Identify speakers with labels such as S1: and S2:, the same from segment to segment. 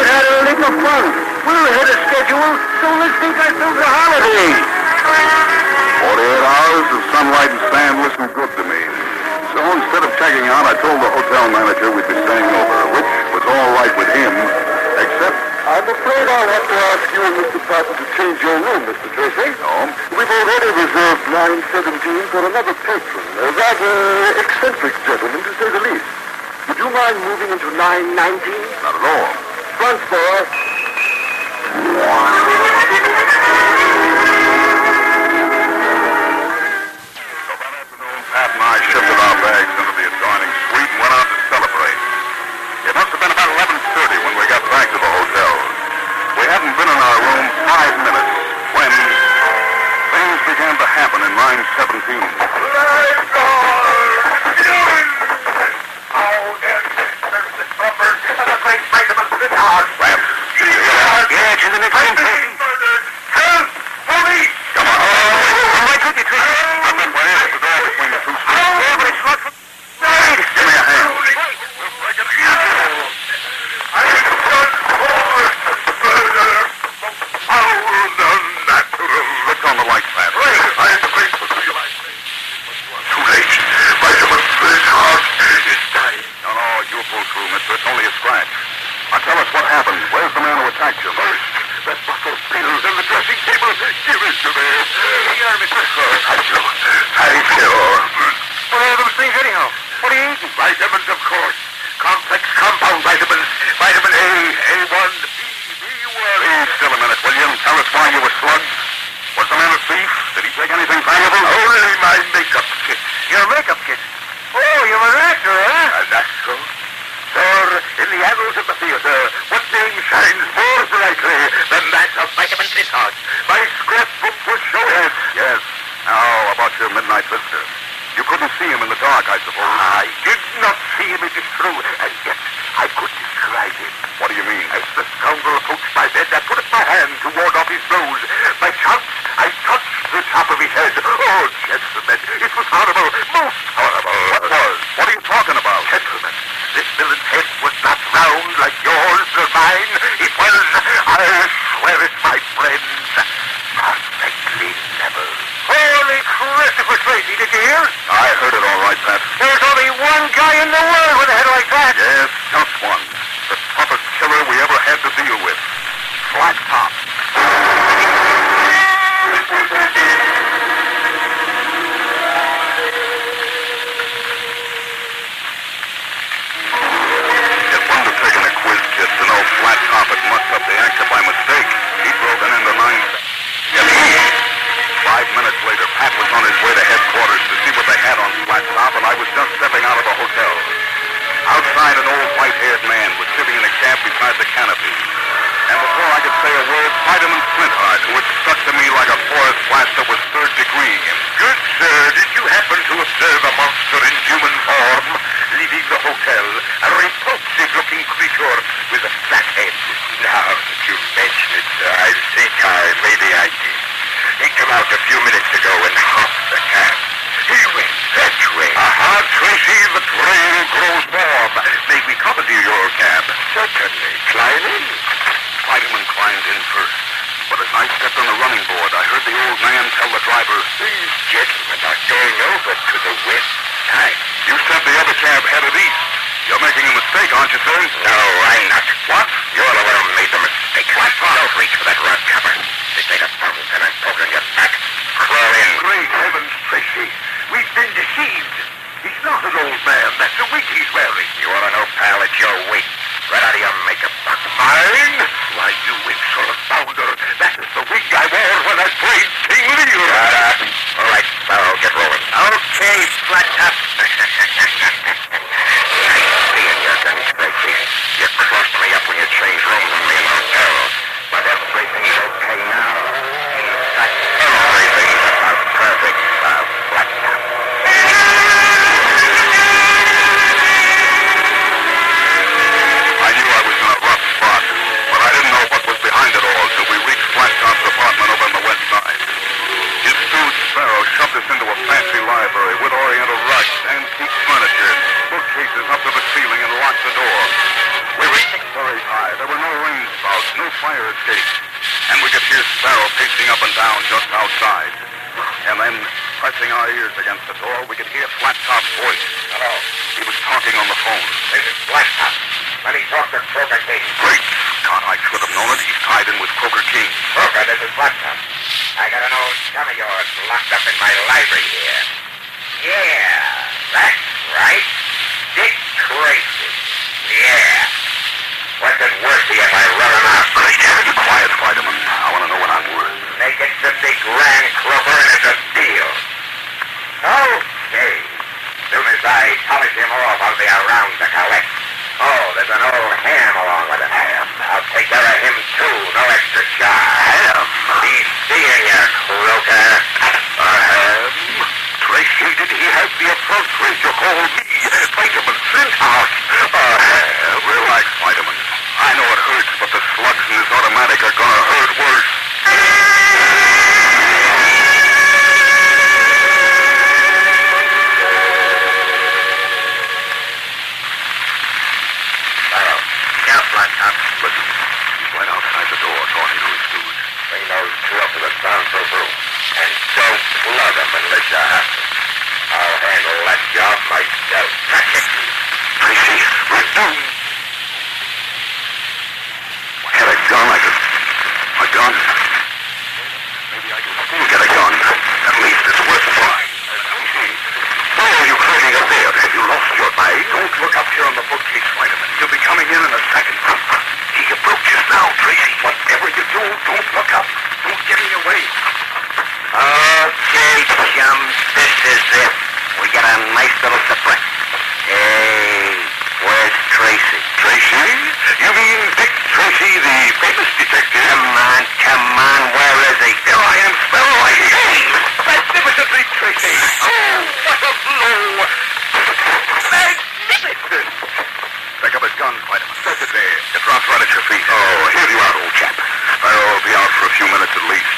S1: for fun. We're ahead of schedule, so let's take ourselves a holiday.
S2: 48 hours of sunlight and sand listened good to me. So instead of checking out, I told the hotel manager we'd be staying over, which was all right with him, except...
S1: I'm afraid I'll have to ask you and Mr. Patton to change your room, Mr. Tracy.
S2: No.
S1: We've already reserved 917 for another patron, a rather eccentric gentleman, to say the least. Would you mind moving into 919?
S2: Not at all.
S1: Front door.
S2: So that afternoon, Pat and I shifted our bags into the adjoining suite and went out to celebrate. It must have been about 11.30 when we got back to the hotel. We hadn't been in our room five minutes when things began to happen in line 17. Rats.
S1: Yeah, to the next
S2: Come on. I've been way up the door between the two streets. Give me a hand. Look on the light, Pat. Too late. My this house is dying. No, no, you'll pull through, mister. It's only a scratch. Now tell us what happened. Where's the man who attacked you? First, that buffalo pills and the dressing table. Give it to me. Here, mister. Thank you. Thank you. What are those things anyhow? What are you eating? Vitamins, of course. Complex compound vitamins. Vitamin A, A1, B, B1. Be still a minute, William. Tell us why you were slugged. Was the man a thief? Did he take anything valuable? Only my makeup kit. Your makeup kit?
S1: Oh, you're an actor, huh?
S2: And Uh, that's so. Sir, in the annals of the theater, what name shines more brightly than that of Vitamin Lizard? My scrapbook will show it. Yes. Now, about your midnight visitor. You couldn't see him in the dark, I suppose. I did not see him, it is true. And yet, I could describe him. What do you mean? As the scoundrel approached my bed, I put up my hand to ward off his blows. By chance, I touched the top of his head. Oh, gentlemen, it was horrible. Most horrible. What was? What are you talking about? Gentlemen, this villain's head was not round like yours or mine. It was, I swear it, my friends, perfectly level.
S1: Holy Christopher Tracy, did you hear?
S2: I heard it all right, Pat.
S1: There's only one guy in the world with a head like that.
S2: Yes, just one. The toughest killer we ever had to deal with. Flat Top. It wouldn't have taken a quiz kid to know Flat Top had mucked up the actor by mistake. He'd broken into nine... Five minutes later, Pat was on his way to headquarters to see what they had on Flat Top, and I was just stepping out of the hotel. Outside, an old white-haired man was sitting in a cab beside the canopy. And before I could say a word, Vitamin Flintheart, who had stuck to me like a forest blaster, was third degreeing him. Good sir, did you happen to observe a monster in human form leaving the hotel? A repulsive-looking creature with a flat head. Now that you mention it, sir, I think I maybe I did. He came out a few minutes ago and hopped the cab. He went that way. Aha, Tracy, the trail grows warm. May we you your cab? Certainly. Climb in. Feidemann climbed in first. But as I stepped on the running board, I heard the old man tell the driver, These gentlemen are going over to the west side. You said the other cab headed east. You're making a mistake, aren't you, sir? No, I'm not. What? You're the one who made the mistake. What? Don't reach for that rug cover. This ain't a fountain pen I'm poking your back. Crawl in. Great heavens, Tracy. We've been deceived. He's not an old man. That's a wig he's wearing. You want to know, pal? It's your wig. Right out of your makeup box. Mine? Why, you insolent bounder. That is the wig I wore when I played King Lear. Shut up. All right, fellow, get rolling. Okay, flat top. You crossed me up when you changed rooms with me in the hotel. But everything's okay now. In fact, everything's about perfect, uh, flat top. I knew I was in a rough spot, but I didn't know what was behind it all till we reached Flattop's apartment over on the west side. His food sparrow shoved us into a fancy library with oriental rugs, antique furniture, bookcases up to the ceiling, and locked the door. We were six or eight high. There were no rain spouts, no pressing our ears against the door, we could hear Flat Top's voice. Hello. He was talking on the phone. This is Flat Top. Let me talk to Croker King. Great Scott, I should have known it. He's tied in with Croker King. Croker, this is Flat Top. I got an old chum of yours locked up in my library here. Yeah, that's right. Dick Crazy. Yeah. What's it worth to you, my running out? Be quiet, Spiderman. I want to know what I'm worth. Make it 50 grand, Clover, and it's a deal. Okay. Soon as I polish him off, I'll be around to collect. Oh, there's an old ham along with him. Ham? I'll take care of him, too. No extra charge. Ham? Be seeing you, Croker. A ham? Tracy, did he have the effrontery to call me Vitamin Flinthouse? A ham? Relax, Vitamin. I know it hurts, but the slugs in this automatic are gonna hurt worse. Barrow. Yeah, Flat Top. Listen, he's right outside the door talking to his dudes. Bring those two up to the soundproof room. And don't plug them unless you have to. I'll handle that job myself. Tracy, we're doomed. I had a gun, I could... A gun? Maybe I can still get a gun. At least it's worth trying. Why are you curling up there? Have you lost your eye? Don't look up here on the bookcase, Spiderman. He'll be coming in in a second. He approached us now, Tracy. Whatever you do, don't look up. Don't get in your way. Okay, chums, this is it. We got a nice little surprise. Hey, where's Tracy? Tracy? You mean Dick Tracy, the famous detective? Come on, come on, where is he? Here I am, Sparrow. I Magnificently, Tracy. Oh, what a blow. Magnificent. Pick up his gun, Spider. Set it there. It drops right at your feet. Oh, here you are, old chap. I'll be out for a few minutes at least.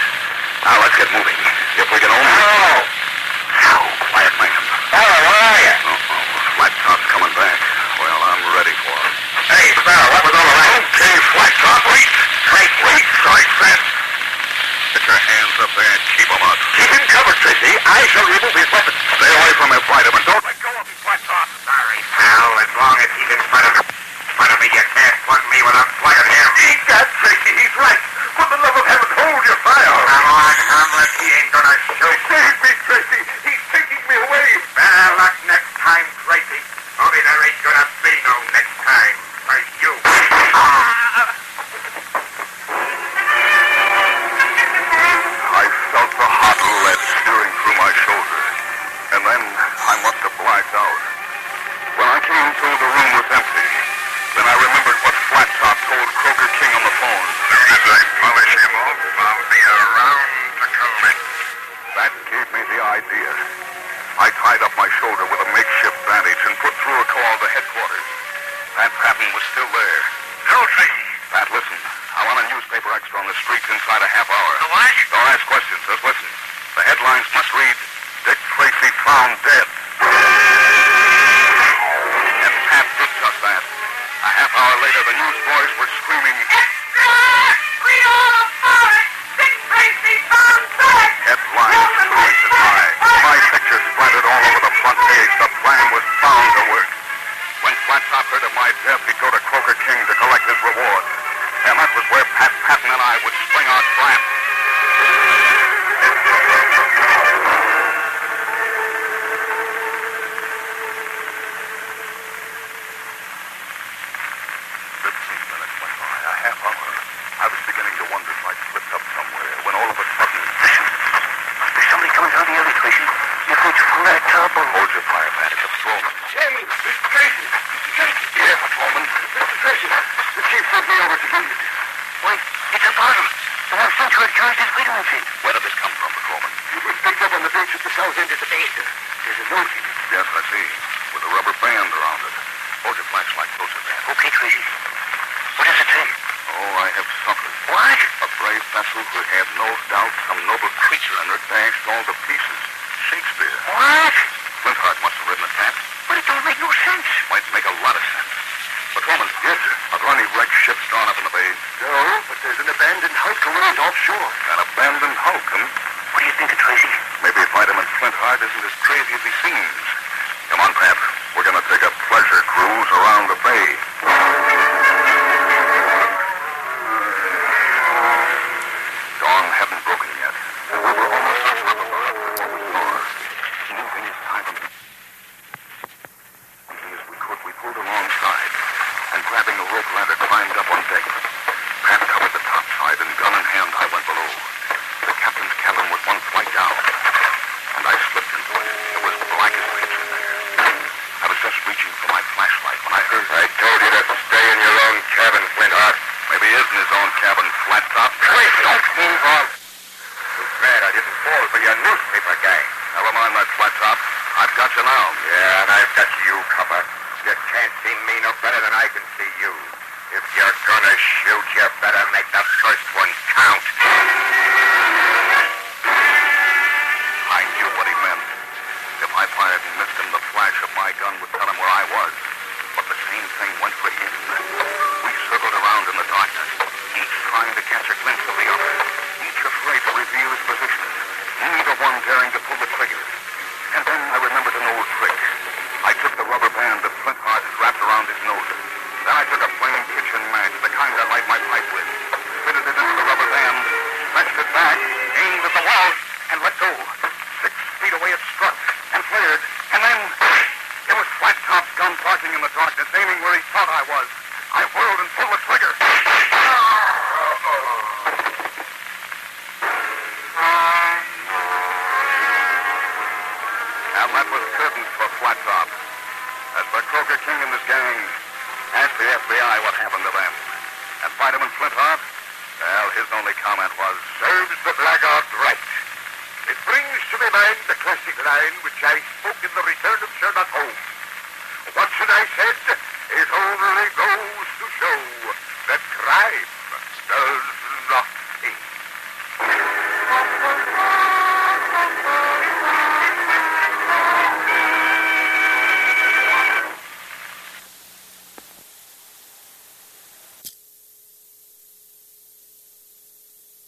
S2: Now, let's get moving. If we can only... No! How? Quiet, man. Sparrow, where are you? Uh-oh. Flat Top's coming back. Well, I'm ready for him. Hey, Sparrow, what was all that? Okay, Flat Top, wait. Wait, wait. Strike that. Get your hands up there and keep 'em up. Keep him covered, Tracy. I shall remove his weapon. Stay away from him, Vitamin. Don't let go of him, Flat Top. Sorry, pal. As long as he's in front of me, in front of me you can't plug me without plugging him. Egad, Tracy, he's right. For the love of heaven, hold your fire. Come on, Hamlet. He ain't gonna shoot. Save me, Tracy. He's taking me away. Better luck next time, Tracy. Only there ain't gonna be no next time for you. Ah, I felt the hot lead steering through my shoulder, and then I must have blacked out. When I came to, the room was empty. Then I remembered what Flat Top told Croker King on the phone. Soon as I polish him off, I'll be around to collect. That gave me the idea. I tied up my shoulder with a makeshift bandage and put through a call to headquarters. That pattern was still there. No, Tracy. Pat, listen. I want a newspaper extra on the streets inside a half hour. The what? Don't ask questions. Just listen. The headlines must read, Dick Tracy found dead. And Pat did just that. A half hour later, the newsboys were screaming,
S3: Extra! Read all about it! Dick Tracy found dead!
S2: headlines two inches high. My picture splattered all over the front page. The plan was bound to work. When Flat Top heard of my death, he'd go to Croker King to collect his reward. And that was where Pat Patton and I would spring our triumph. Fifteen minutes went by, a half hour. I was beginning to wonder if I'd slipped up somewhere when all of a sudden... Listen. Must be somebody coming down the alley, Tracy. You think you found that top or... Hold your fire, Pat. It's a patrolman. Jamie! Mr. Tracy! Mr. Tracy! Yeah, patrolman. Mr. Tracy, the chief sent me over to get you. Why, it's a bottle. The one sent you had charged his widow fee. Where did this come from, patrolman? It was picked up on the bench at the south end of the basin. There's a note in it. Yes, I see. With a rubber band around it. Hold your flashlight closer, Pat. Okay, Tracy. What does it say? Oh, I have suffered. What? A brave vessel who had no doubt some noble creature in her dashed all to pieces. Shakespeare. What? Flintheart must have written it, Pat. But it don't make no sense. Might make a lot of sense. But, woman. Yes, sir. Are there any wrecked ships drawn up in the bay? No, but there's an abandoned hulk around offshore. An abandoned hulk, hmm? What do you think of Tracy? Maybe Vitamin Flint part isn't as crazy as he seems. Come on, Pap. We're going to take a pleasure cruise around the bay. Dawn hadn't broken yet. The river almost touched the before we saw her. Moving as time Quickly as we could, we pulled alongside and grabbing a rope ladder climbed up on deck. Pat covered the top side and gun in hand I went below. The captain's cabin was one flight down. And I slipped into it. It was black as pitch in there. I was just reaching for my flashlight when I heard... I told you to stay in your own cabin, Flintheart. Maybe he is in his own cabin, flat top. Please don't move on. Too bad I didn't fall for your newspaper gang. Never mind that flat top. I've got you now. Yeah, and I've got you, copper. You can't see me no better than I can see you. If you're gonna shoot, you better make the first one count. I knew what he meant. If I fired and missed him, the flash of my gun would tell him where I was. But the same thing went for him. We circled around in the darkness, each trying to catch a glimpse of the other, each afraid to reveal his position, neither one daring to pull the trigger. And then I remembered an old trick. I took the rubber band that Flint Hart had wrapped around his nose. Then I took a plain kitchen match, the kind I light my pipe with, fitted it into the rubber band, stretched it back, aimed at the wall, and let go. Six feet away it struck and flared, and then it was Flat Top's gun barking in the darkness, aiming where he thought I was. I whirled and pulled the trigger. And that was curtains for Flat Top. As for Croker King and his gang, ask the FBI what happened to them. And Vitamin Flintheart, well, his only comment was, serves the blackguard right. It brings to my mind the classic line which I spoke in the return of Sherlock Holmes. What should I said? It only goes to show that crime